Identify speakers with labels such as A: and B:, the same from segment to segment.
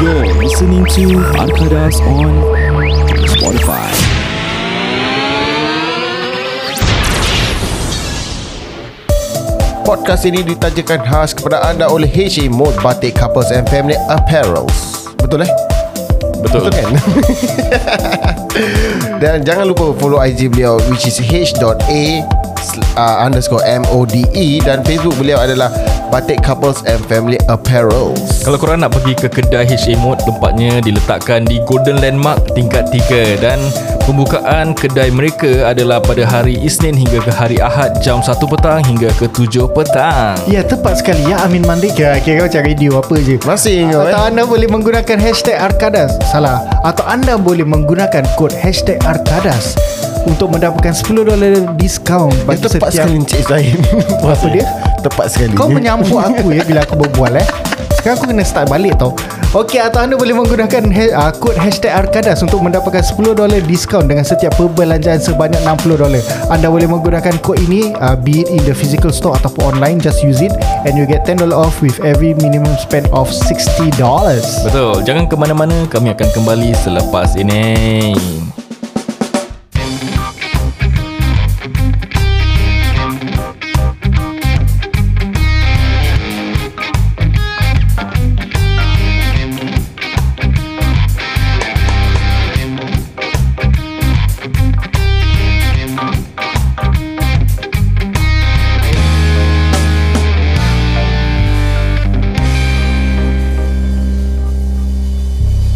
A: You're listening to Arkadas on Spotify.
B: Podcast ini ditajakan khas kepada anda oleh HE Mode Batik Couples and Family Apparels. Betul eh? Betul
C: Betul.
B: kan? Dan jangan lupa follow IG beliau which is h.a uh, underscore M-O-D-E E. dan Facebook beliau adalah Batik Couples and Family Apparels.
C: Kalau korang nak pergi ke kedai HA Mode Tempatnya diletakkan di Golden Landmark tingkat 3 Dan pembukaan kedai mereka adalah pada hari Isnin hingga ke hari Ahad Jam 1 petang hingga ke 7 petang
D: Ya tepat sekali ya Amin Mandik ya, Kira macam radio apa je
B: Masih ingat
D: Atau
B: eh?
D: anda boleh menggunakan hashtag Arkadas Salah Atau anda boleh menggunakan kod hashtag Arkadas Untuk mendapatkan $10 diskaun
B: Dia
D: Bagi
B: tepat
D: setiap
B: sekali Encik Zain. Apa
D: dia?
B: Tepat sekali.
D: Kau menyampuk aku ya Bila aku berbual eh Sekarang aku kena start balik tau Okey atau anda boleh menggunakan ha- ah, kod hashtag Arkadas untuk mendapatkan $10 diskaun dengan setiap perbelanjaan sebanyak $60. Anda boleh menggunakan kod ini uh, be it in the physical store ataupun online just use it and you get $10 off with every minimum spend of $60.
C: Betul, jangan ke mana-mana Kami akan kembali selepas ini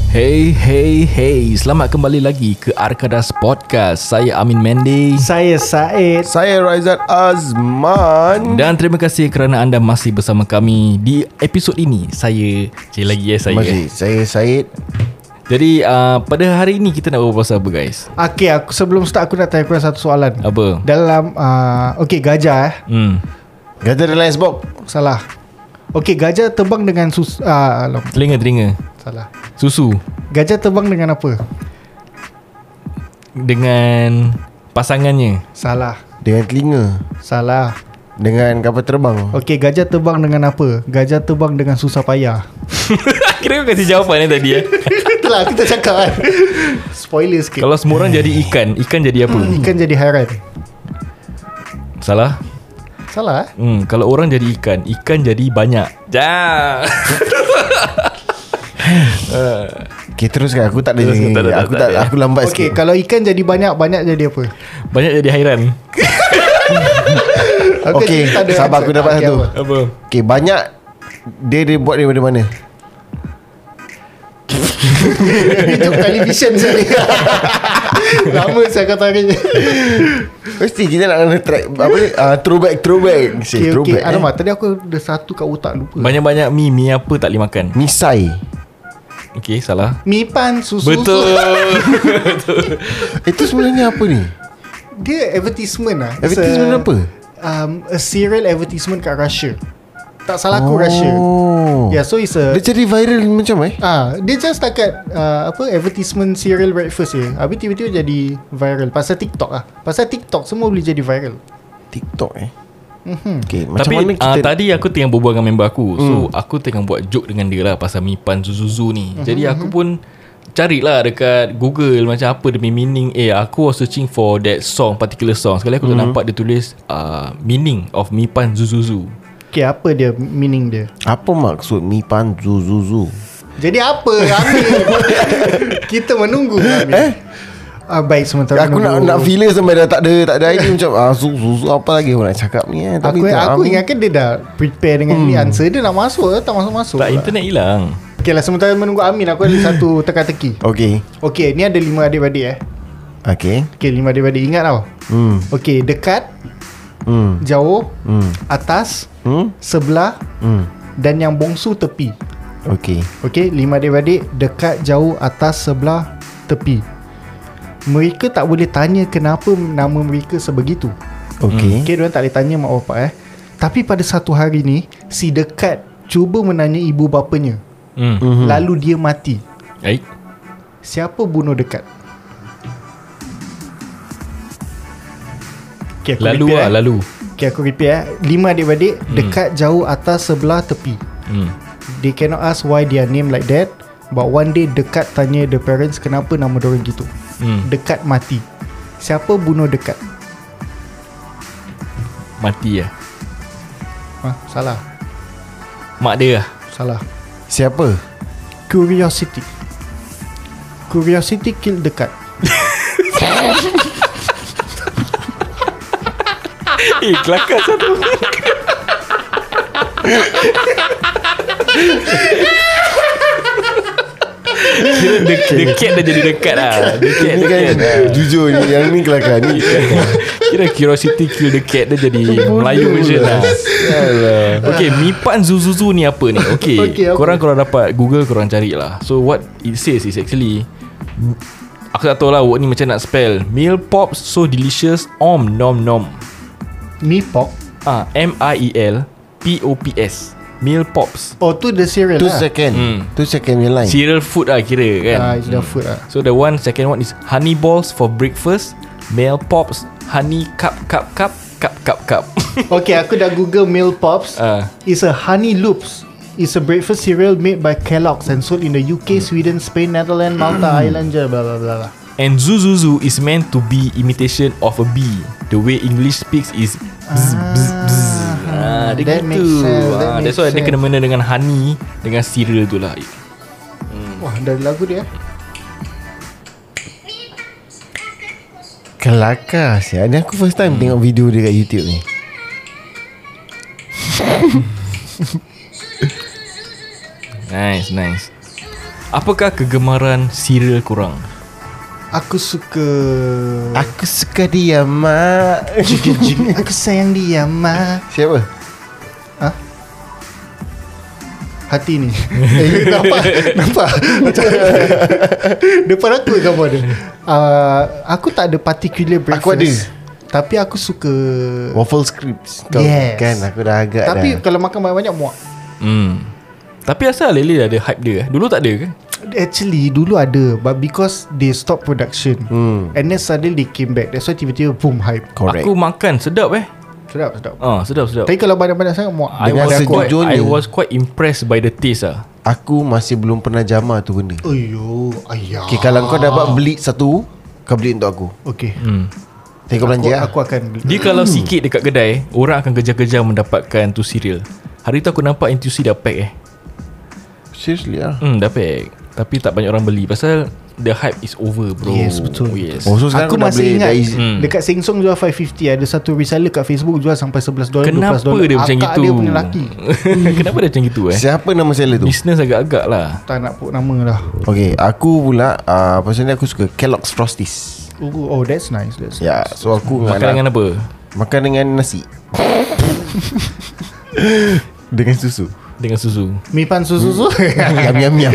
C: Hey, hey, hey Selamat kembali lagi ke Arkadas Podcast Saya Amin Mendy
D: Saya Said
B: Saya Raizat Azman.
C: dan terima kasih kerana anda masih bersama kami di episod ini. Saya sekali lagi ya saya.
B: Masih. Saya Syed.
C: Jadi uh, pada hari ini kita nak berbual apa guys?
D: Okay aku sebelum start aku nak tanya korang satu soalan
C: Apa?
D: Dalam uh, Okay gajah eh
C: Hmm.
B: Gajah dalam Xbox.
D: Salah Okay gajah terbang dengan sus uh, alam,
C: Telinga telinga.
D: Salah
C: Susu
D: Gajah terbang dengan apa?
C: dengan pasangannya.
D: Salah
B: Dengan telinga.
D: Salah
B: Dengan kapal terbang.
D: Okay gajah terbang dengan apa? Gajah terbang dengan susah payah
C: Kira kau kasih jawapan eh tadi eh.
D: Itulah aku tak cakap kan Spoiler sikit
C: Kalau semua orang jadi ikan, ikan jadi apa?
D: Ikan jadi hairan
C: Salah.
D: Salah eh?
C: Hmm, kalau orang jadi ikan, ikan jadi banyak. Ja.
B: Okay teruskan Aku tak ada
C: Teruskan, tak ada, tak
B: Aku
C: ada,
B: tak,
C: tak ada.
B: Aku lambat sikit
D: Okay kalau ikan jadi banyak Banyak jadi apa?
C: banyak jadi hairan.
D: Aku
B: Okay,
D: tak ada
B: sabar,
D: answer.
B: aku dapat
D: Okay,
B: satu.
D: apa?
C: Apa?
B: Okay banyak Dia dia buat daripada mana
D: Hidup television sekali Lama saya kata hari ni
B: Mesti kita nak kena track Apa ni uh, Throwback Throwback Si
D: Okay, okay.
B: throwback eh.
D: Alamak tadi aku ada satu kat otak lupa
C: Banyak-banyak mie, mie apa tak boleh makan.
B: Misai
C: Okey, salah.
D: Mi pan susu
C: Betul.
B: Itu sebenarnya apa ni
D: Dia advertisement lah It's
B: Advertisement
D: a-
B: apa?
D: um, A serial advertisement kat Russia Tak salah aku Russia Yeah so it's a
B: Oh. Dia jadi viral macam eh
D: Ah, dia just setakat uh, apa advertisement serial breakfast je. Habis tiba-tiba jadi viral pasal TikTok ah. Pasal TikTok semua boleh jadi viral.
B: TikTok eh
D: Mhm.
B: Okay macam
C: Tapi
B: mana
C: uh,
B: kita
C: tadi aku tengah berbual dengan member aku So aku tengah buat joke dengan dia lah Pasal Mipan Zuzuzu ni Jadi aku pun Carilah dekat Google Macam apa demi meaning Eh aku was searching for that song Particular song Sekali aku mm-hmm. nampak dia tulis uh, Meaning of Mipan Zuzuzu
D: Okay, apa dia meaning dia?
B: Apa maksud Mi Pan Zu Zu Zu
D: Jadi apa Amir? Kita menunggu Amir. Eh? Ah, baik sementara
B: Aku nak nak filler sampai dah tak ada Tak ada idea macam ah, Zu Zu Zu Apa lagi aku nak cakap ni eh
D: Aku,
B: tak,
D: aku
B: ah,
D: ingatkan dia dah prepare dengan hmm. ni answer dia nak masuk ke tak masuk-masuk.
C: Tak internet hilang
D: Okay lah sementara menunggu Amin aku ada satu teka-teki.
B: Okay
D: Okay ni ada lima adik-adik eh.
B: Okay
D: Okay lima adik-adik ingat tau.
B: Hmm
D: Okay dekat,
B: Hmm
D: jauh,
B: Hmm
D: atas,
B: Hmm
D: sebelah
B: Hmm
D: dan yang bongsu tepi.
B: Okay
D: Okey, lima adik-beradik dekat jauh atas sebelah tepi. Mereka tak boleh tanya kenapa nama mereka sebegitu.
B: Okay
D: Okey, diorang tak boleh tanya mak bapak eh. Tapi pada satu hari ni, si dekat cuba menanya ibu bapanya.
B: Mhm.
C: hmm.
D: Hmm. Lalu dia mati.
C: Baik
D: Siapa bunuh dekat? Okay, aku
C: Lalu
D: repeat,
C: lah
D: eh.
C: lalu
D: Okay, aku repeat eh. Lima adik-beradik hmm. dekat jauh atas sebelah tepi.
C: hmm.
D: They cannot ask why they are named like that But one day dekat tanya the parents kenapa nama dorang gitu.
C: Hmm.
D: Dekat mati. Siapa bunuh dekat?
C: Mati lah
D: Ha, salah.
C: Mak dia lah
D: Salah.
B: Siapa?
D: Curiosity. Curiosity kill dekat.
C: Eh kelakar satu Kira the, the cat dah jadi dekat lah The cat,
B: Ini
C: the
B: kan
C: cat
B: jujur ni yang ni kelakar ni.
C: Kira curiosity kill the cat Dia jadi Melayu version lah Okay Mipan Zuzuzu ni apa ni Okay,
D: Okey,
C: okay
D: apa?
C: Korang kalau dapat Google korang cari lah So what it says is actually Aku tak tahu lah word ni macam nak spell Meal pops so delicious Om nom nom
D: Mipok.
C: Ah, M-I-E-L P-O-P-S Meal pops
D: Oh tu the cereal
B: Two
D: lah.
B: second.
C: Hmm.
B: Two second punya line.
C: Cereal food lah kira kan
D: Ah, it's the food lah.
C: So the one second one is honey balls for breakfast, meal pops, honey cup cup cup cup cup cup.
D: Okay, aku dah Google meal pops.
C: Ah.
D: It's a honey loops. It's a breakfast cereal made by Kellogg's and sold in the UK, Sweden, Spain, Netherlands, Malta, Ireland, blah blah blah blah.
C: And zuzuzu is meant to be imitation of a bee. The way English speaks is bzz, bzz, bzz. Ah, dia
D: that makes
C: gitu.
D: sense, that
C: Ah,
D: makes
C: that's why dia
D: sense.
C: kena mengena dengan honey dengan cereal tu lah.
D: Wah, dari lagu dia. eh?
B: Kelakar siap. Ni aku first time tengok video dia kat YouTube ni.
C: Nice, nice. Apakah kegemaran cereal kurang?
D: Aku suka
B: Aku suka dia mak.
D: Jigga jigga Aku sayang dia ma
B: Siapa?
D: Hati ni eh, Nampak Nampak Macam Depan aku kamu ada uh, Aku tak ada particular breakfast
B: Aku ada.
D: Tapi aku suka
B: Waffle scripts. Kau
D: Yes.
B: kan aku dah agak dah.
D: Tapi kalau makan banyak-banyak muak
C: Hmm. Tapi asal Lele ada hype dia? eh? Dulu tak ada ke?
D: Actually dulu ada But because they stop production hmm. And then suddenly they came back That's why tiba-tiba boom hype
B: Correct.
C: Aku makan sedap eh.
D: Sedap sedap
C: Ah, sedap sedap.
D: Tapi kalau banyak-banyak sangat muak
C: I
B: Dengan
C: was quite,
B: sejujurnya-
C: I was quite impressed by the taste ah.
B: Aku masih belum pernah jama tu benda.
D: Ayo Ayah
B: Okay, kalau kau dapat beli satu, kau beli untuk aku.
D: Okay
C: Hmm.
B: Nanti kau
D: aku,
B: belanja lah.
D: aku akan beli
C: Dia kalau sikit dekat kedai, orang akan kejar-kejar mendapatkan tu cereal. Hari tu aku nampak NTUC dah pack eh.
B: Seriously lah.
C: Hmm, dah pack. Tapi tak banyak orang beli pasal the hype is over bro.
D: Yes, betul.
C: Yes.
B: Oh, so sekarang
D: Aku
B: kau dah
D: masih
B: beli
D: ingat
B: dah
D: is,
B: is-
C: Hmm.
D: Dekat Sing Song jual 550 Ada satu reseller kat Facebook Jual sampai 11 dolar
C: Kenapa
D: 12 dolar
C: dia macam
D: Akak
C: gitu?
D: dia punya laki
C: Kenapa dia macam gitu eh?
B: Siapa nama seller tu?
C: Business agak-agak lah.
D: Tak nak put nama lah
B: Okay, aku pula uh, pasal ni aku suka Kellogg's Frosties.
D: Oh, oh that's nice that's
B: Ya, yeah, so aku
C: Makan
B: dengan,
C: dengan apa?
B: makan dengan nasi. dengan susu.
C: Dengan susu.
D: Mi pan susu susu
B: yam yam yam.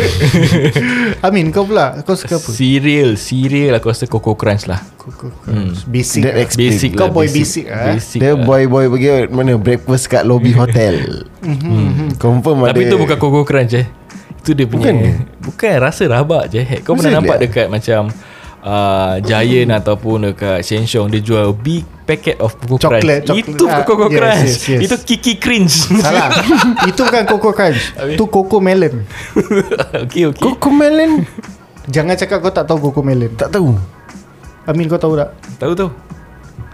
D: Amin kau pula Kau suka apa?
C: Cereal, cereal aku rasa Coco Crunch lah.
D: Kau- kau- kau- Basic
B: That
D: lah.
B: explain.
C: Basic
D: Kau
C: lah.
D: boy basic ah.
C: Basic
B: Dia
C: lah.
B: boy-boy pergi mana breakfast kat lobby hotel. hmm. Confirm ada.
C: Tapi tu bukan Coco Crunch eh Itu dia
B: Bukan
C: punya
B: ke?
D: eh?
C: Bukan, bukan rasa rabak je Heck. Kau pernah
B: Mesti
C: nampak
B: dia?
C: dekat macam uh, Giant ataupun dekat Shenzhong Dia jual big packet of Coco
D: Chocolate,
C: Crunch
D: chocolate.
C: Itu
D: Ah,
C: Coco
D: yes,
C: Crunch
D: yes, yes.
C: Itu Kiki Cringe
D: Salah Itu bukan Coco Crunch Itu Coco Melon
C: Okay okay
B: Coco Melon
D: Jangan cakap kau tak tahu Coco Melon
B: Tak tahu
D: Amin kau tahu tak?
C: Tahu tu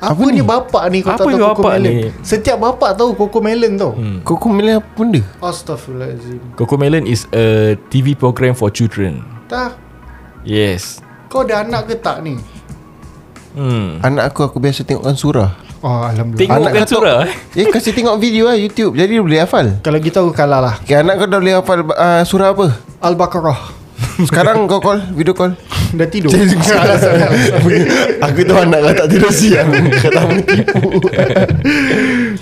D: Apa, ni bapak ni
C: Apa
D: kau tak tahu
C: ni
D: Coco
C: bapak
D: Melon
C: ni?
D: Setiap bapak tahu Coco Melon tau
C: Hmm.
B: Coco Melon apa benda
D: Astaghfirullahaladzim
C: Coco Melon is a TV program for children
D: Dah
C: Yes
D: Kau ada anak ke tak ni?
C: Hmm
B: Anak aku aku biasa tengokkan surah
D: Oh Alhamdulillah
C: Tengok
B: Anak
C: kan
B: kau
C: surah eh
B: Eh kasih tengok video lah YouTube Jadi dia boleh hafal
D: Kalau kita aku kalah lah
B: Okay anak kau dah boleh hafal uh, surah apa
D: Al-Baqarah
B: Sekarang kau call Video call
D: Dah tidur
B: Aku tahu anak kau tak tidur siang Kau tak boleh tipu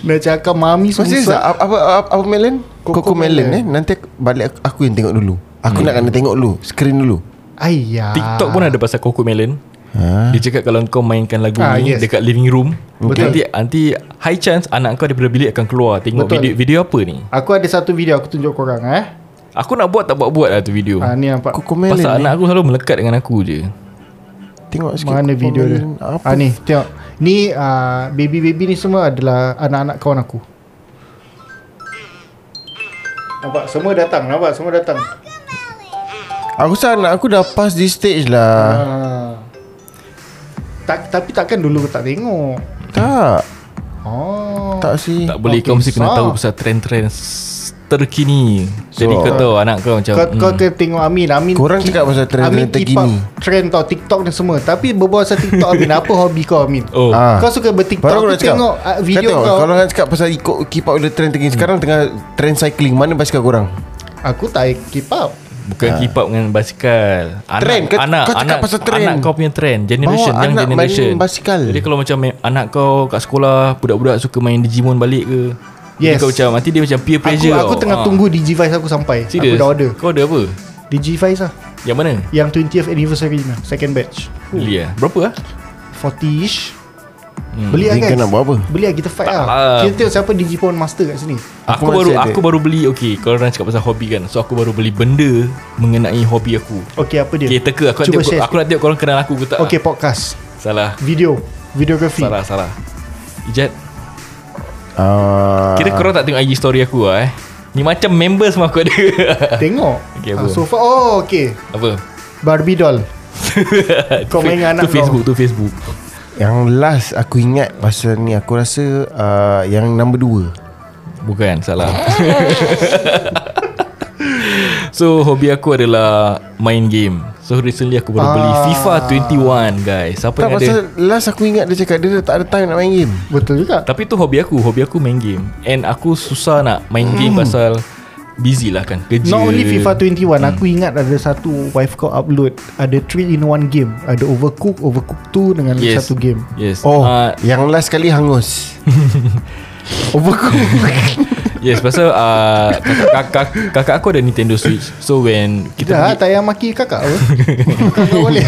D: Dah cakap mami
B: Maksudnya Zah,
D: susah
B: apa, apa, apa, apa melon?
D: Coco
B: Coco, melon, Hmm.
D: melon.
B: eh Nanti aku- balik aku, aku yang tengok dulu Aku nak kena tengok dulu Screen dulu
D: Ayah
C: TikTok pun ada pasal Coco Melon
B: ha?
C: Dia cakap kalau kau mainkan lagu
D: Ah,
C: ah, ni
D: yes.
C: yes. dekat living room,
D: Betul.
C: Betul. nanti nanti high chance anak kau daripada bilik akan keluar tengok video
D: Betul.
C: video apa ni.
D: Aku ada satu video aku tunjuk korang eh
C: Aku nak buat tak buat buat lah tu video.
D: ha, Ni nampak
B: Coco melon
C: Pasal
B: eh.
C: anak aku selalu melekat dengan aku je.
B: Tengok sikit
D: Mana
B: Coco
D: video dia
B: melon, Apa
D: ha,
C: Ah,
D: Ni tengok Ni ah, baby-baby ni semua adalah anak-anak kawan aku Nampak semua datang Nampak semua datang
B: Aku rasa anak aku dah past this stage lah.
D: Ah. Tak, tapi takkan dulu kau tak tengok.
B: Tak.
D: Oh.
B: Tak sih.
C: Tak boleh
D: Okay,
C: kau mesti kena
D: sah.
C: tahu pasal trend-trend s- terkini. Jadi kau tahu anak kau macam
D: Kau, kau
C: hmm.
D: kena tengok Amin Amin
B: Ya, Korang cakap pasal trend
D: Amin
B: trend
D: keep up
B: terkini.
D: Trend tau TikTok dan semua Tapi berbual pasal TikTok Amin Apa hobi kau Amin
C: Oh.
B: Ah.
D: Kau suka bertiktok
B: Baru aku
D: Aku
B: nak cakap
D: tengok ah, video
B: Kau
D: kau,
B: tengok, Kalau nak cakap pasal ikut Keep up with the trend
C: Hmm.
B: terkini Sekarang tengah trend cycling Mana basikal korang?
D: Aku tak keep up
C: Bukan
D: Ah.
C: keep up dengan basikal anak,
B: Trend, kau-
C: anak,
B: kau cakap
C: anak,
B: pasal trend.
C: Anak kau punya trend Generation
B: Bawa
C: Yang
B: anak main
C: generation
B: basikal.
C: Jadi kalau macam main, Anak kau kat sekolah Budak-budak suka main Digimon balik ke
D: Yes.
C: Jadi kau macam Nanti dia macam peer
D: Aku,
C: pressure
D: aku
C: tau.
D: tengah
C: Ah.
D: tunggu Digivice aku sampai
C: Serious?
D: Aku dah order
C: Kau order apa?
D: Digivice lah
C: Yang mana?
D: Yang 20th anniversary ni Second batch
C: Beli lah Berapa lah?
D: 40-ish Beli lah
B: Jadi
D: guys
B: kau nak Hmm, buat apa?
D: Beli lah kita fight
C: lah.
D: lah Kita tengok siapa Digimon master kat sini
C: Aku,
B: Aku
C: baru
B: masih ada.
C: aku baru beli Okay kalau orang cakap pasal hobi kan So aku baru beli benda Mengenai hobi aku
D: Okay apa dia
C: Okay teka Aku nak
D: Ya. Cuba
C: tengok
D: share
C: Aku nak tengok korang kenal aku ke tak
D: Okay podcast
C: Salah
D: Video Videography
C: Salah salah Ijat
B: Ah,
C: Kira korang tak tengok IG story aku lah eh Ni macam member semua aku ada
D: Tengok
C: Okay,
D: Ah,
C: apa?
D: So far Oh okay
C: Apa?
D: Barbie doll Kau main dengan anak
C: tu Facebook tu Facebook
B: Yang last aku ingat Pasal ni Aku rasa uh, Yang number 2
C: Bukan salah So hobi aku adalah Main game So recently aku baru beli
D: Ah.
C: FIFA 21 guys Siapa
B: Tak
C: yang ada
B: pasal Last aku ingat dia cakap Dia dah tak ada time nak main game
D: Betul juga
C: Tapi tu hobi aku Hobi aku main game And aku susah nak main game Pasal Busy lah kan Kerja
D: Hmm. Not only FIFA 21
C: Hmm.
D: Aku ingat ada satu Wife kau upload Ada 3 in 1 game Ada Overcook Overcook 2 Dengan yes. satu game
C: Yes
B: Oh
C: Ah,
B: Yang last kali hangus Overcooked
C: Yes pasal uh, kakak, kakak, kakak aku ada Nintendo Switch So when Kita
D: Dah
C: pergi,
D: tak payah maki kakak apa Kakak kau boleh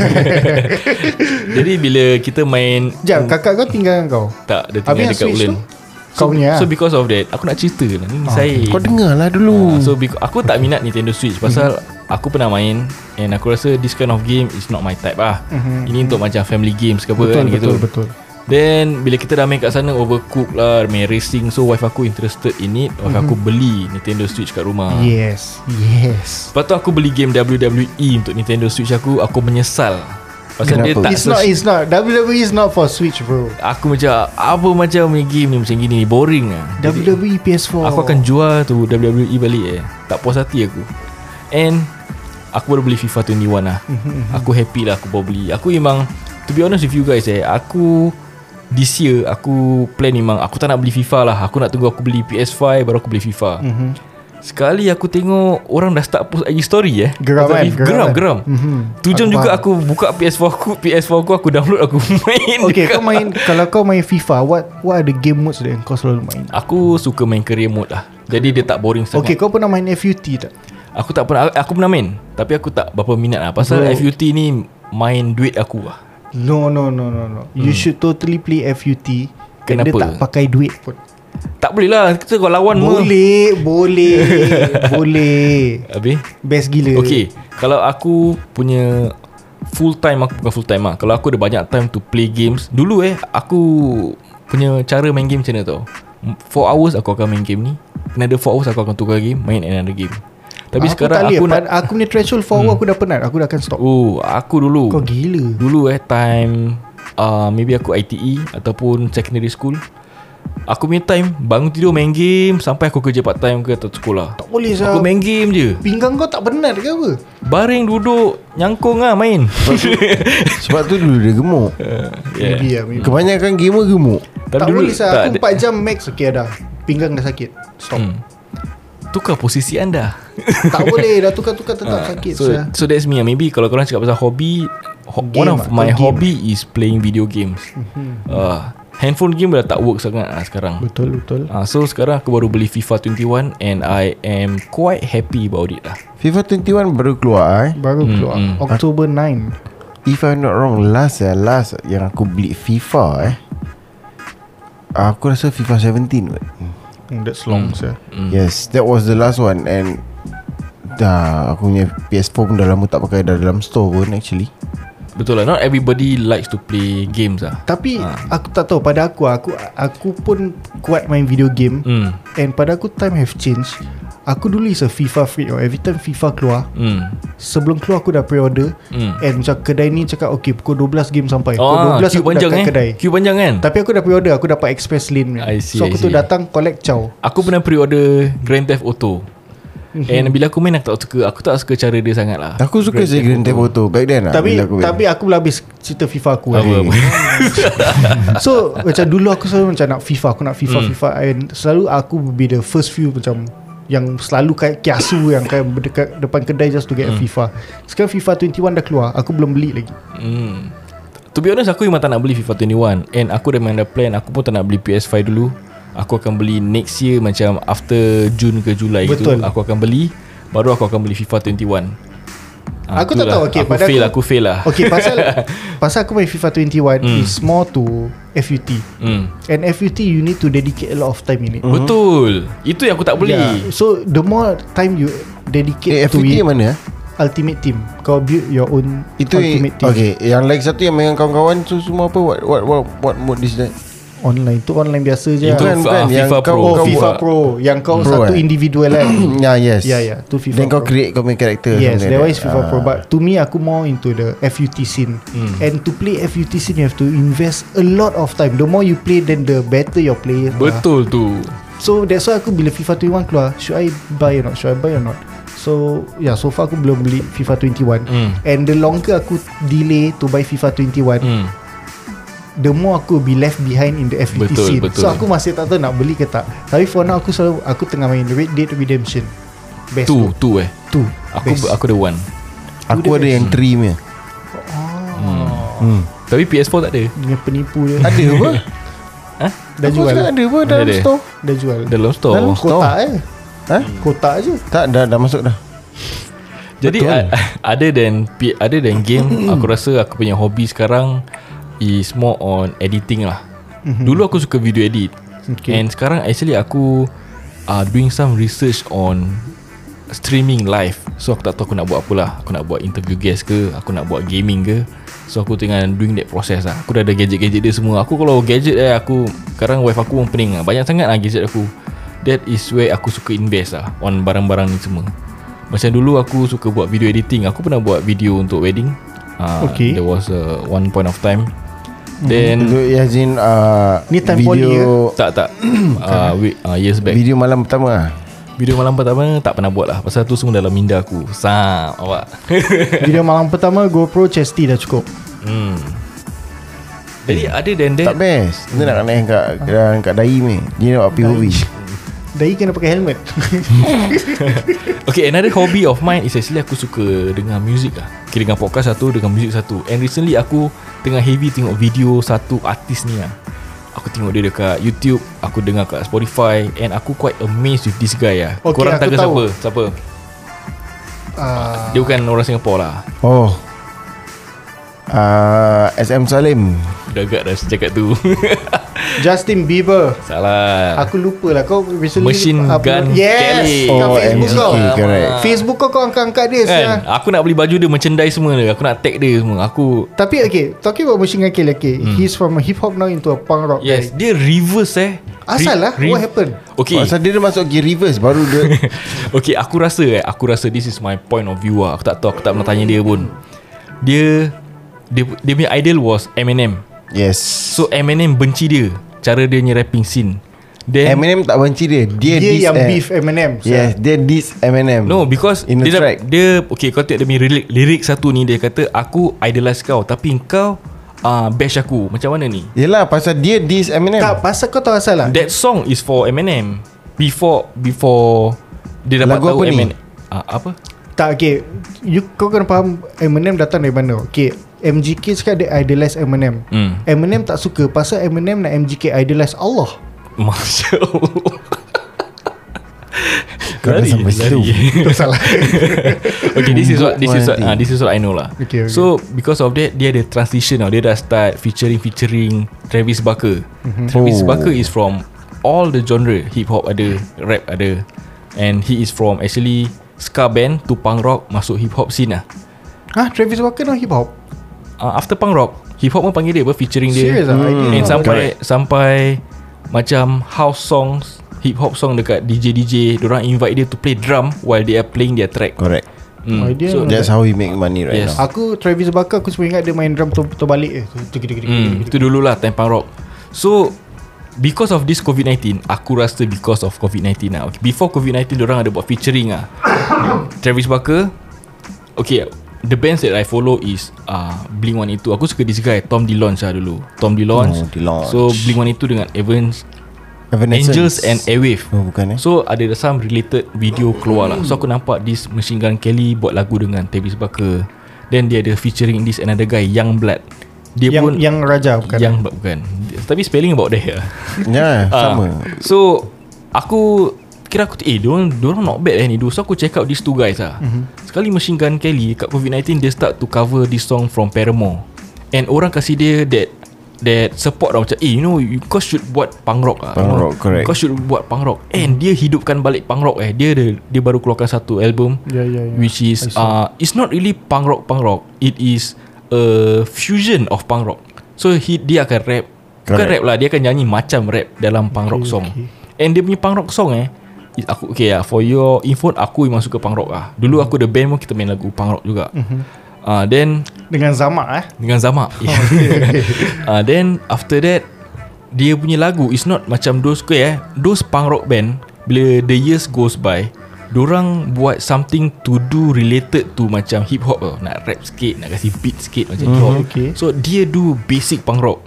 C: Jadi bila kita main oh,
D: Sekejap kakak kau tinggalkan kau
C: Tak Dia
D: Habis
C: tinggal
D: yang
C: dekat
D: Switch
C: Ulen
D: tu? Ya. Ah, Kau punya ah?
C: So
D: so,
C: because of that Aku nak cerita lah Ni saya
B: Kau dengar lah
D: Hmm.
B: dulu
C: Ah, So because, aku tak minat Nintendo Switch Pasal aku pernah main And aku rasa This kind of game Is not my type lah Ini untuk macam family games ke apa
D: Hmm. Betul
C: kan,
D: betul
C: gitu.
D: betul
C: Then bila kita dah main kat sana Overcook lah Main racing So wife aku interested in it Wife aku
D: Hmm.
C: beli Nintendo Switch kat rumah
D: Yes Yes
C: Lepas tu aku beli game WWE Untuk Nintendo Switch aku Aku menyesal Pasal dia
B: Kenapa?
C: tak
D: It's not
C: ses-
D: it's not WWE is not for Switch bro
C: Aku macam Apa macam ni game ni Macam gini Boring lah Jadi,
D: WWE PS4
C: Aku akan jual tu WWE balik eh Tak puas hati aku And Aku baru beli FIFA 21 lah
D: Mhm.
C: Aku happy lah Aku baru beli Aku memang To be honest with you guys eh Aku This year Aku plan memang Aku tak nak beli FIFA lah Aku nak tunggu aku beli PS5 Baru aku beli FIFA
D: Mhm.
C: Sekali aku tengok Orang dah start post IG story eh
D: Geram
C: Pasal
D: kan,
C: FIFA.
D: geram
C: Geram
D: kan.
C: geram
D: Mhm.
C: Tu jam
D: Aku
C: juga
D: faham.
C: aku Buka PS4 aku PS4 aku Aku download Aku main
D: Okay
C: dekat-
D: kau main Kalau kau main FIFA What what are the game modes That kau selalu main
C: Aku suka main career mode lah Jadi dia tak boring sangat
D: Okay kau pernah main FUT tak
C: Aku tak pernah Aku pernah main Tapi aku tak berapa minat lah Pasal
D: Bro.
C: FUT ni Main duit aku lah
D: No no no no no You should totally play FUT
C: Hmm.
D: Kerana
C: Kenapa?
D: Dia tak pakai duit pun
C: Tak boleh lah Kita kalau lawan mah.
D: Boleh Boleh Boleh
C: Habis
D: Best gila
C: Okay Kalau aku punya Full time aku Bukan full time lah Kalau aku ada banyak time To play games Dulu eh Aku Punya cara main game macam mana tau 4 hours aku akan main game ni Kena ada 4 hours aku akan tukar game Main another game Tapi
D: aku
C: sekarang
D: tak boleh.
C: aku
D: Pad-
C: nak Hmm.
D: Aku punya threshold for hour Aku dah penat Aku dah akan stop
C: Oh Aku dulu
D: Kau gila
C: Dulu eh time uh, Maybe aku ITE Ataupun secondary school Aku punya time Bangun tidur main game Sampai aku kerja part time ke Atau sekolah
D: Tak boleh sah
C: Aku main game je
D: Pinggang kau tak penat ke apa
C: Baring duduk Nyangkung lah main
B: Sebab tu dulu dia gemuk
D: Maybe lah maybe.
B: Kebanyakan gamer gemuk
C: Tapi
D: Tak
C: dulu
D: boleh sah Aku
C: tak,
D: 4 jam max Okay dah Pinggang dah sakit Stop
C: Hmm. Tukar posisi anda
D: Tak boleh Dah tukar-tukar tetap sakit
C: Ah, so,
D: sah
C: so that's me lah Maybe kalau korang cakap pasal hobi ho-
D: Game
C: One of
D: ah,
C: my
D: game. Mm-hmm.
C: hobby Is playing video games uh, Handphone game dah tak work sangat lah sekarang
D: Betul betul
C: Ah, so sekarang aku baru beli FIFA 21 and I am quite happy about it lah.
B: FIFA 21 baru keluar eh
D: Baru
C: Hmm,
D: keluar October 9
B: If I'm not wrong Last ya Last yang aku beli FIFA eh Aku rasa FIFA 17 kot
D: Hmm, That's long sah
B: mm. Yes That was the last one And Dah Aku punya PS4 pun dah lama tak pakai Dah dalam store pun actually
C: Betul lah Not everybody likes to play games lah
D: Tapi aku tak tahu pada aku aku aku pun kuat main video game
C: Hmm
D: and pada aku time have changed. Aku dulu is a FIFA freak oh. Every time FIFA keluar
C: Hmm.
D: Sebelum keluar aku dah pre-order
C: Hmm.
D: And macam kedai ni cakap Okay pukul 12 game sampai
C: Oh,
D: Pukul 12
C: queue
D: aku dah
C: panjang
D: kat
C: eh.
D: kedai
C: Queue panjang kan?
D: Tapi aku dah pre-order Aku dapat express lane punya.
C: I see,
D: So
C: I
D: aku tu
C: see.
D: datang collect chow
C: Aku pernah pre-order Grand Theft Auto.
D: Mhm.
C: And bila aku main aku tak suka Aku tak suka cara dia sangat lah
B: Aku suka je Grand Theft Auto Back then lah
D: Tapi
B: bila aku main.
D: tapi aku belum habis cerita FIFA aku
C: Apa,
D: eh.
C: apa.
D: So macam dulu aku selalu macam nak FIFA Aku nak FIFA hmm. FIFA And selalu aku will be the first few macam Yang selalu kayak kiasu Yang kayak berdekat depan kedai just to get hmm. a FIFA Sekarang FIFA 21 dah keluar Aku belum beli lagi
C: Hmm. To be honest aku memang tak nak beli FIFA 21 And aku dah memang dah plan Aku pun tak nak beli PS5 dulu Aku akan beli next year Macam after June ke Julai gitu
D: Betul.
C: Aku akan beli Baru aku akan beli FIFA 21 Ah,
D: Aku tak
C: itulah.
D: tahu, okay,
C: Aku
D: pada
C: fail aku,
D: aku-
C: fail lah
D: Okay pasal Pasal aku main FIFA 21 hmm. Is more to FUT
C: hmm.
D: And FUT you need to dedicate a lot of time
C: Oh,
D: in it
C: Betul Itu yang aku tak beli
D: Yeah. So the more time you
B: Eh,
D: dedicate to
B: FUT
D: it
B: mana eh?
D: Ultimate team Kau build your own
B: Itu
D: Ultimate team
B: Okay Yang lagi satu yang main dengan kawan-kawan tu Semua apa What what what, what mode is that
D: Online tu online biasa je
C: Itu
B: Bukan,
C: F-
B: bukan.
C: ah,
B: Yang
C: FIFA
B: kau-
C: Pro
D: Oh,
B: kau
D: FIFA
B: buat.
D: Pro Yang kau
B: Pro,
D: satu
B: eh?
D: individual kan
B: Ya yeah, yes
D: Ya, ya, tu FIFA
B: Then kau
D: Pro.
B: create kau punya character
D: Yes
B: something
D: That one
B: like Ah.
D: is FIFA Pro But to me Aku more into the FUT scene And to play FUT scene You have to invest A lot of time The more you play Then the better your player are.
C: Betul tu
D: So that's why aku Bila FIFA 21 keluar Should I buy or not Should I buy or not So yeah so far aku belum beli FIFA 21
C: Hmm.
D: And the longer aku delay To buy FIFA 21
C: hmm.
D: the more aku be left behind in the FUT
C: Betul,
D: scene.
C: betul.
D: So aku masih tak tahu nak beli ke tak. Tapi for now aku selalu aku tengah main Red Dead Redemption. Best
C: Tu Tu eh
D: tu.
C: Aku
D: best.
C: aku the one
B: Aku ada yang 3 punya
C: Tapi PS4 tak ada
D: Dengan penipu dia
B: Ada apa?
D: dah
B: Aku
D: jual.
B: cakap ada apa dalam
C: Ada.
B: store
D: Dah jual.
C: Dalam store
D: Dalam kotak eh.
B: Ha?
D: Kotak je.
B: Tak dah, dah masuk dah
C: Jadi a- other than P- other than game aku rasa aku punya hobi sekarang is more on editing lah. Dulu aku suka video edit.
D: Okay.
C: And sekarang actually aku uh, doing some research on streaming live. So aku tak tahu aku nak buat apa lah. Aku nak buat interview guest ke, aku nak buat gaming ke. So aku tengah doing that process lah. Aku dah ada gadget-gadget dia semua. Aku kalau gadget eh aku sekarang wife aku pun pening lah. Banyak sangat lah gadget aku. That is where aku suka invest lah on barang-barang ni semua. Macam dulu aku suka buat video editing Aku pernah buat video untuk wedding uh,
D: Okay.
C: There was a one point of time Then
B: Itu Yazin uh,
D: Hmm. Ni time poly eh? ke?
B: Video
C: Tak tak uh, we, uh, Years back
B: Video malam pertama lah
C: Video malam pertama tak pernah buat lah Pasal tu semua dalam minda aku Sam awak
D: Video malam pertama GoPro chesty dah cukup.
C: hmm. Jadi other than
D: Eh.
B: Tak
C: that
B: best Kita nak naik kat, kat, kat dahi ni Dia nak buat POV
D: Dahi kena pakai helmet.
C: Okay another hobby of mine Is actually aku suka Dengar music lah Okay dengar podcast satu Dengar music satu And recently aku Tengah heavy tengok video Satu artis ni lah Aku tengok dia dekat YouTube Aku dengar kat Spotify And aku quite amazed With this guy lah
D: Okay,
C: Korang
D: aku
C: tahu
D: tahu.
C: siapa Siapa
D: Ah,
C: Dia bukan orang Singapore lah
B: Oh uh, SM Salim
C: Dah agak dah cakap tu
D: Justin Bieber.
C: Salah
D: Aku lupa lah kau recently
C: Machine
D: upload-
C: Gun
D: yes,
C: Kelly
D: Kat
B: Oh,
D: Facebook kau
B: MG, correct.
D: Facebook kau kau angkat-angkat dia
C: Kan
D: sial.
C: Aku nak beli baju dia Merchandise semua dia Aku nak tag dia semua Aku
D: Tapi okay Talking about Machine Gun Kelly okay, He's from a hip hop now Into a punk rock
C: Hmm. Yes
D: guy.
C: Dia reverse eh
D: Asal lah
C: Re-
D: What
C: re-
D: happened
C: Okay
B: Pasal dia dah masuk gear reverse Baru dia
C: Okay aku rasa eh Aku rasa this is my point of view lah Aku tak tahu Aku tak pernah tanya dia pun Dia Dia, dia punya idol was Eminem
B: Yes
C: So Eminem benci dia Cara dia punya rapping scene Then
B: Eminem M&M tak benci dia Dia,
D: Dia
B: diss
D: yang
B: eh.
D: beef M&M, Eminem
B: Yes Dia diss Eminem
C: No because
B: In the
C: dia, dah-
B: track
C: dia Okay kau tengok dia punya lirik, lirik satu ni Dia kata Aku idolize kau Tapi kau uh, Bash aku Macam mana ni
B: Yelah pasal dia M&M. diss Eminem
D: Tak pasal kau tahu asal lah
C: That song is for Eminem Before Before Dia dapat
B: Lagu
C: tahu
B: apa ni?
C: Eminem uh, Apa?
D: Tak okay you, Kau kena faham Eminem datang dari mana Okay MGK cakap dia idolize Eminem
C: Hmm.
D: Eminem tak suka Pasal Eminem nak MGK idolize Allah
C: Masya Allah
B: Kau dah sampai situ.
D: Tak salah
C: Okay this is what This is what
B: Nanti.
C: uh, This is what I know lah
D: Okay, okay.
C: So because of that Dia ada transition tau Dia dah start Featuring-featuring Travis Barker Travis
B: Oh.
C: Barker is from All the genre Hip hop ada Rap ada And he is from Actually Ska band To punk rock Masuk hip hop scene lah
D: Ha Travis Walker no hip hop
C: uh, After punk rock Hip hop pun panggil dia Hmm. apa Featuring dia
D: Serious lah I didn't
C: And
D: know.
C: sampai Sampai Macam House songs hip hop song dekat DJ DJ, orang invite dia to play drum while they are playing their track.
B: Correct
C: Hmm.
D: Oh, dia-
C: so
B: That's how we make money right
C: Yes.
B: now
D: Aku Travis Barker Aku semua ingat dia main drum ter- Terbalik je Tuk, tuk, tuk, tuk,
C: Hmm,
D: tuk,
C: itu
D: tuk.
C: dululah time punk rock. So because of this COVID-19, aku rasa because of COVID-19 lah. Okay, before COVID-19 orang ada buat featuring ah. Travis Barker. Okay, the bands that I follow is uh, Blink-182. Aku suka this guy Tom DeLonge lah dulu. Tom DeLonge.
B: Oh, DeLonge.
C: So Blink-182 dengan Evans
B: Evanescence.
C: Angels and Airwave.
B: Oh bukan eh
C: So ada some related video keluar lah So aku nampak this Machine Gun Kelly buat lagu dengan Travis Barker Then dia ada featuring this another guy Youngblood Dia
D: Yang
C: pun
D: yang Raja bukan
C: yang buat bukan Tapi spelling about the hair
B: Ya yeah,
C: Ah,
B: sama
C: So Aku Kira aku Eh diorang, diorang not bad eh ni dulu So aku check out these two guys lah
D: Mhm.
C: mm-hmm. Sekali Machine Gun Kelly Kat COVID-19 Dia start to cover this song From Paramore And orang kasi dia That That support lah Macam eh you know you, Kau should buat punk rock lah
B: Punk
C: you know.
B: rock, correct.
C: Kau should buat punk rock And dia hidupkan balik punk rock eh Dia ada, dia baru keluarkan satu album
D: Ya, ya, ya.
C: Which is uh, It's not really punk rock punk rock It is A fusion of punk rock So he, dia akan rap Bukan
B: Correct.
C: rap lah Dia akan nyanyi macam rap Dalam punk rock song
D: okay.
C: And dia punya punk rock song eh is- Aku okay lah For your info Aku memang suka punk rock lah
D: Hmm.
C: Dulu aku the band pun Kita main lagu punk rock juga
D: Mm-hmm.
C: uh, Then
D: Dengan Zama eh
C: Dengan Zama uh, Then after that Dia punya lagu It's not macam those ke eh Those punk rock band Bila the years goes by Diorang buat something to do related to macam hip hop tau Nak rap sikit, nak kasi beat sikit macam hip hop
D: okay.
C: So dia do basic punk rock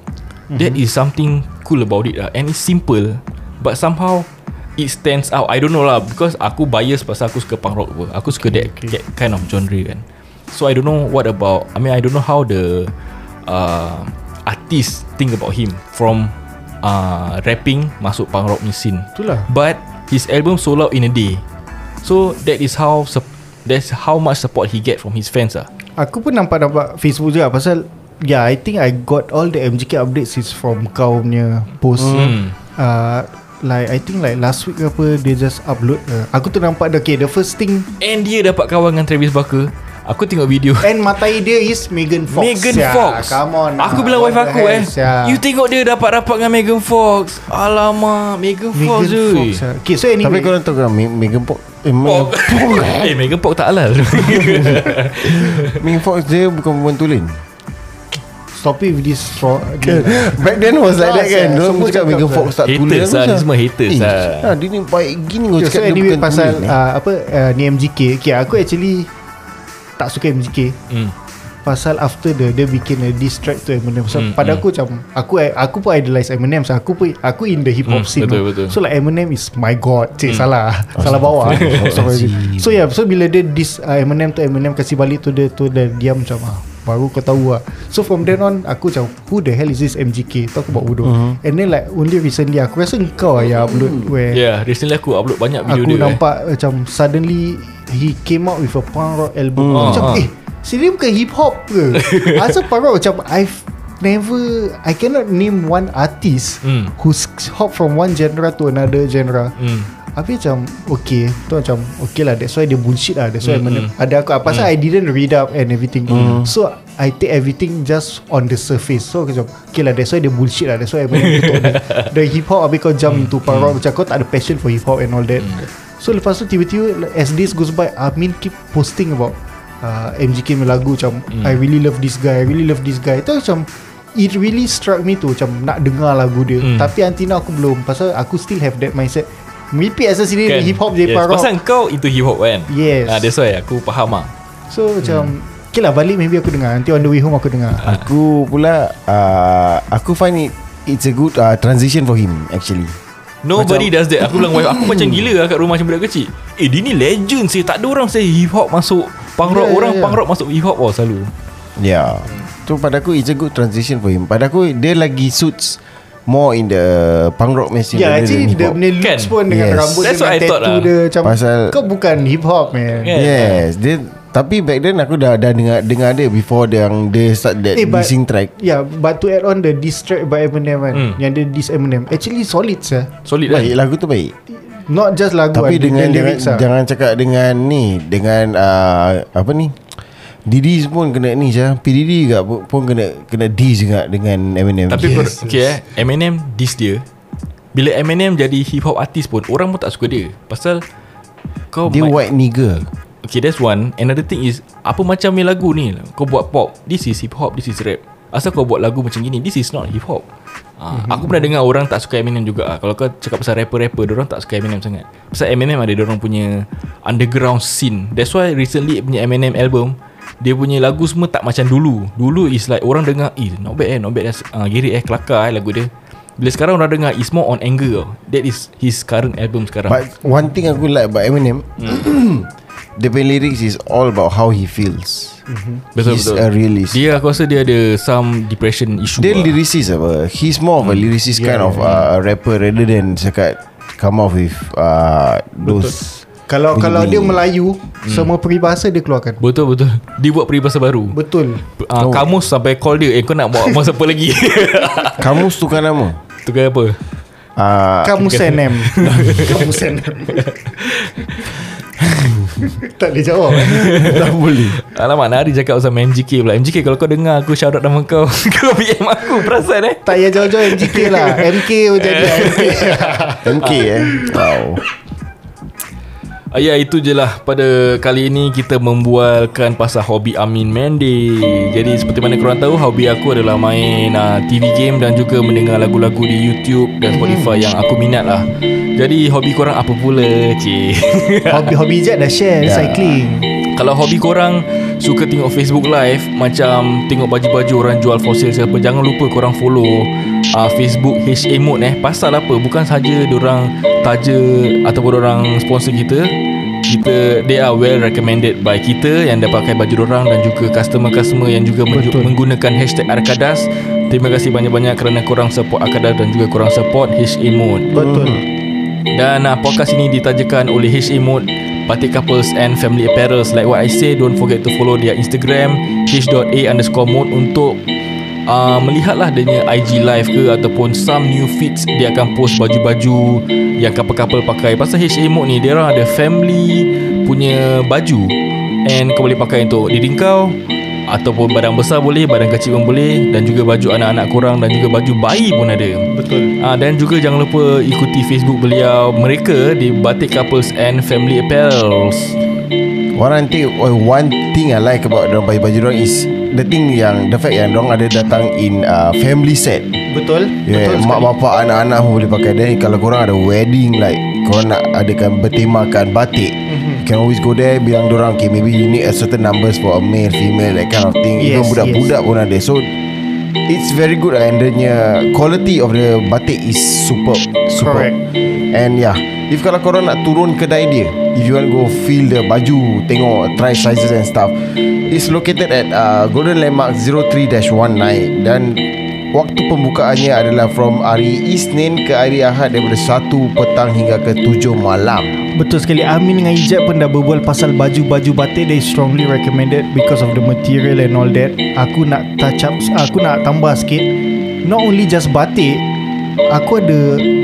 C: That is something cool about it lah And it's simple But somehow It stands out I don't know lah Because aku bias pasal aku suka punk rock apa. Aku suka that,
D: Okay.
C: that kind of genre kan So I don't know what about I mean I don't know how the uh, Artist think about him From uh, Rapping Masuk punk rock ni scene
D: Itulah
C: But His album sold out in a day So that is how sup- That's how much support he get from his fans ah.
D: Aku pun nampak-nampak Facebook juga Pasal Yeah I think I got All the MGK updates Is from kau punya Post
C: Hmm.
D: uh, Like I think like Last week ke apa Dia just upload uh, Aku tu nampak Okay the first thing
C: And dia dapat kawan dengan Travis Barker Aku tengok video
D: And matai dia is Megan Fox
C: Megan
D: Sia,
C: Fox
D: Come on
C: Aku
D: ah,
C: bilang
D: what
C: wife
D: the
C: aku
D: hell,
C: eh
D: sia.
C: You tengok dia dapat rapat dengan Megan Fox Alamak Megan, Fox
D: Megan
C: je
D: Fox sia. Okay so anyway
B: Tapi korang tahu kan Me- Megan Fox eh,
C: Fox
B: Megan
C: Eh Megan Fox tak halal
B: Megan Fox dia bukan perempuan tulen
D: Stop it with this straw
B: Back then was like
D: Ah,
B: that kan
D: sia,
B: Diorang
D: semua
B: cakap
D: cakap
B: Megan
D: sia.
B: Fox tak tulen
C: Haters
B: aku
C: lah, ni
B: sia.
C: semua haters
B: Eh,
C: lah.
B: sia, Dia ni baik gini kau
D: Okay, So
B: cakap dia
D: anyway
B: bukan
D: pasal
B: tulen eh.
D: uh, Apa uh, Ni MGK Okay aku actually Tak suka MGK
C: hmm.
D: Pasal after the Dia bikin a diss track tu Eminem So
C: Hmm,
D: mm, pada aku macam Aku aku pun idolize Eminem so Aku pun Aku in the hip hop
C: Mm,
D: scene
C: betul,
D: tu.
C: betul. Hmm.
D: So like Eminem is my god Cik salah Salah bawah so, so yeah So bila dia diss uh, Eminem tu Eminem kasih balik tu Dia tu dia diam macam ah, Baru kau tahu lah So from then on Aku macam Who the hell is this MGK Tu aku buat bodoh mm-hmm. And then like Only recently Aku rasa engkau lah yang upload Where
C: Yeah Ya, Recently aku upload banyak video
D: aku
C: dia
D: nampak eh. macam suddenly he came out with a punk rock album. Hmm. Macam
C: Ah, ah.
D: eh, sini bukan hip hop ke? Asal punk rock macam I've never I cannot name one artist
C: Hmm.
D: who's hop from one genre to another
C: eh.
D: genre.
C: hmm.
D: Habis macam Okay Tu macam Okay lah That's why dia bullshit lah That's why
C: Hmm,
D: mm, mm. Ada aku Pasal I didn't read up And everything mm. So I take everything Just on the surface So aku macam Okay lah that's why dia bullshit lah That's why Eminem tutup dia. The hip hop Habis kau
C: Hmm,
D: jump into punk rock Macam kau tak ada passion For hip hop and all that So lepas tu tiba-tiba As this goes by Amin keep posting about uh, MGK punya lagu Macam
C: Hmm.
D: I really love this guy I really love this guy Tu macam It really struck me tu Macam nak dengar lagu dia
C: Hmm.
D: Tapi until now aku belum Pasal aku still have that mindset Mimpi asal sini kan. hip hop je yes. rock.
C: Pasal kau into hip hop kan
D: Yes.
C: ah, That's why aku faham lah
D: So macam Okay lah balik maybe aku dengar Nanti on the way home aku dengar
C: Ah,
B: Aku pula uh, Aku find it It's a good uh, transition for him Actually
C: Nobody macam, does that Aku bilang wife Aku macam gila lah Kat rumah macam budak kecil Eh dia ni legend sih Tak ada orang say hip hop masuk Punk rock
D: Yeah, yeah,
C: Orang
D: yeah.
C: punk rock masuk hip hop oh, selalu
B: Yeah So pada aku It's a good transition for him Pada aku Dia lagi suits More in the Punk rock mesin
D: Ya yeah, actually dia
B: hip-hop.
D: punya looks
C: Kan?
D: pun Dengan
B: Yes.
D: rambut
C: That's what
D: dengan
C: I thought
D: tattoo
C: lah. Kan?
D: dia macam,
B: Pasal-
D: Kau bukan hip hop man
C: Yeah.
B: Yes Dia Tapi back then aku dah Dah dengar, dengar dia Before dia yang Dia start that
D: Eh,
B: eh,
D: but-
B: Dissing track
D: Yeah but to add on The diss track by Eminem kan
C: Hmm.
D: Yang dia diss Eminem Actually solid sah
C: Solid lah
B: Baik lagu tu baik
D: Not just lagu
B: Tapi
D: ah, dia
B: dengan
D: punya
B: jangan,
D: lyrics ah.
B: jangan cakap dengan ni Dengan uh, Apa ni Didi pun kena ni je PDD juga pun- pun kena Kena diss juga Dengan Eminem
C: Tapi yes, okay eh Eminem diss dia Bila Eminem jadi hip hop artist pun Orang pun tak suka dia Pasal Kau
B: Dia
C: ma-
B: white nigger
C: Okay that's one Another thing is Apa macam ni lagu ni Kau buat pop This is hip hop This is rap Asal kau buat lagu macam gini This is not hip hop
B: Mhm.
C: ha, Aku pernah dengar orang tak suka Eminem juga ah. Kalau kau cakap pasal rapper-rapper Diorang tak suka Eminem sangat Pasal Eminem ada diorang punya Underground scene That's why recently punya Eminem album Dia punya lagu semua tak macam dulu Dulu is like orang dengar Eh not bad eh Not bad eh uh, Giri eh kelakar eh lagu dia Bila sekarang orang dengar Is more on anger tau. That is his current album sekarang
B: But one thing aku like about Eminem The punya lyrics is all about how he feels
C: Mm-hmm. Betul
B: He's
C: betul.
B: a realist.
C: Dia aku rasa dia ada some depression issue.
B: Dia
C: lah.
B: lyricist apa He's more of a
C: Hmm.
B: lyricist yeah, kind of uh, rapper Rather than cakap Come off with uh, Those
D: Kalau kalau dia
B: Ini.
D: Melayu, semua peribahasa dia keluarkan.
C: betul betul. Dia buat peribahasa baru.
D: Betul.
C: Uh,
B: Oh.
C: kamus sampai call dia Eh kau nak buat kamus apa lagi
B: Kamus tukar nama
C: Tukar apa
B: uh,
D: Kamu senem. Kamu senem. tak boleh jawab. eh.
B: Tak boleh
C: Alamak Nari cakap pasal MGK pula MGK kalau kau dengar Aku shout out nama kau Kau PM aku Perasan eh
D: Tak payah jauh-jauh MGK lah. MK pun jadi MK.
B: MK eh Wow
C: Ah, Ya itu je lah Pada kali ini Kita membualkan Pasal hobi Amin Mendy Jadi seperti mana korang tahu Hobi aku adalah main uh, TV game Dan juga mendengar lagu-lagu di YouTube
B: Mhm.
C: Dan Spotify Yang aku minat lah Jadi hobi korang apa pula Cik
D: Hobi-hobi je dah share yeah. cycling.
C: Kalau hobi korang Suka tengok Facebook live Macam tengok baju-baju orang jual fosil siapa Jangan lupa korang follow uh, Facebook HA Mode eh Pasal apa Bukan saja orang taja Ataupun orang sponsor kita kita they are well recommended by kita yang dah pakai baju orang dan juga customer-customer yang juga menju- menggunakan hashtag Arkadas. Terima kasih banyak-banyak kerana korang support Arkadas dan juga korang support HA Mode.
D: Betul.
C: Dan uh, podcast ini ditajakan oleh HA Mode Batik Couples and Family Apparels Like what I say Don't forget to follow their Instagram H.A underscore mode Untuk uh, Melihatlah dia punya IG live ke Ataupun some new feeds Dia akan post baju-baju Yang couple-couple pakai Pasal HA Mode ni Dia orang ada family Punya baju And kau boleh pakai untuk diri kau Ataupun barang besar boleh Barang kecil pun boleh Dan juga baju anak-anak korang Dan juga baju bayi pun ada Betul ha, Dan juga jangan lupa Ikuti Facebook beliau Mereka di Batik Couples and Family Apparels
B: One thing oh, One thing I like about Diorang baju-baju diorang is The thing yang The fact yang diorang ada datang In uh, family set
D: Betul.
B: Yeah,
D: Betul
B: mak
D: sekali.
B: bapak anak-anak pun boleh pakai Then kalau korang ada wedding Like korang nak adakan bertemakan batik
D: Mhm.
B: mm-hmm. You can always go there Bilang dorang Okay maybe you need a certain numbers For a male, female That kind of thing
D: Yes,
B: Even budak-budak yes. pun ada So It's very good lah And the quality of the batik is superb Superb
D: Correct.
B: And yeah If kalau korang nak turun kedai dia If you want go feel the baju Tengok try sizes and stuff It's located at uh, Golden Landmark 03-19 Dan Waktu pembukaannya adalah from hari Isnin ke hari Ahad daripada 1 petang hingga ke 7 malam.
D: Betul sekali Amin dengan Ijab pun dah berbual pasal baju-baju batik They strongly recommended because of the material and all that Aku nak touch up Aku nak tambah sikit Not only just batik Aku ada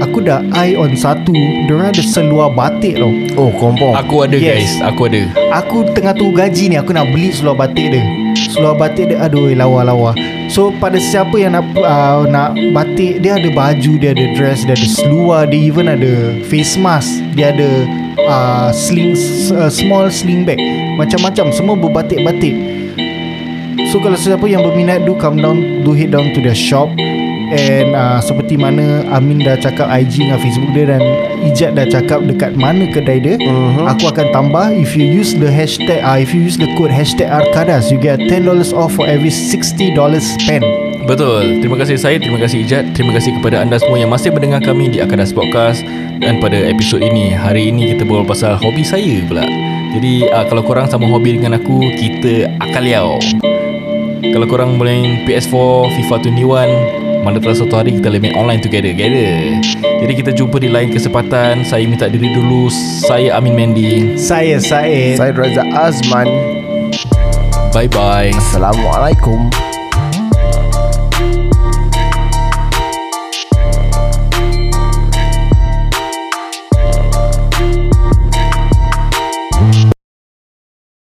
D: Aku dah eye on satu Diorang ada seluar batik tau
B: Oh, kompong.
C: Aku ada yes.
D: Yes.
C: guys Aku ada
D: Aku tengah tunggu gaji ni Aku nak beli seluar batik dia Seluar batik dia Aduh lawa-lawa So pada siapa yang nak uh, Nak batik Dia ada baju Dia ada dress Dia ada seluar Dia even ada face mask Dia ada uh, sling uh, Small sling bag Macam-macam Semua berbatik-batik So kalau siapa yang berminat Do come down Do head down to the shop And uh, seperti mana Amin dah cakap IG dengan Facebook dia Dan Ijat dah cakap dekat mana kedai dia uh-huh. Aku akan tambah If you use the hashtag uh, If you use the code hashtag Arkadas You get $10 off for every $60 spend
C: Betul Terima kasih saya Terima kasih Ijat Terima kasih kepada anda semua Yang masih mendengar kami Di Akadas Podcast Dan pada episod ini Hari ini kita berbual pasal Hobi saya pula Jadi uh, kalau korang sama hobi dengan aku Kita akan liau Kalau korang main PS4 FIFA 21 Mana terasa satu hari Kita boleh main online together Together Jadi kita jumpa di lain kesempatan Saya minta diri dulu Saya Amin Mendy
D: Saya Said
B: Saya Raza Azman.
C: Bye bye
B: Assalamualaikum.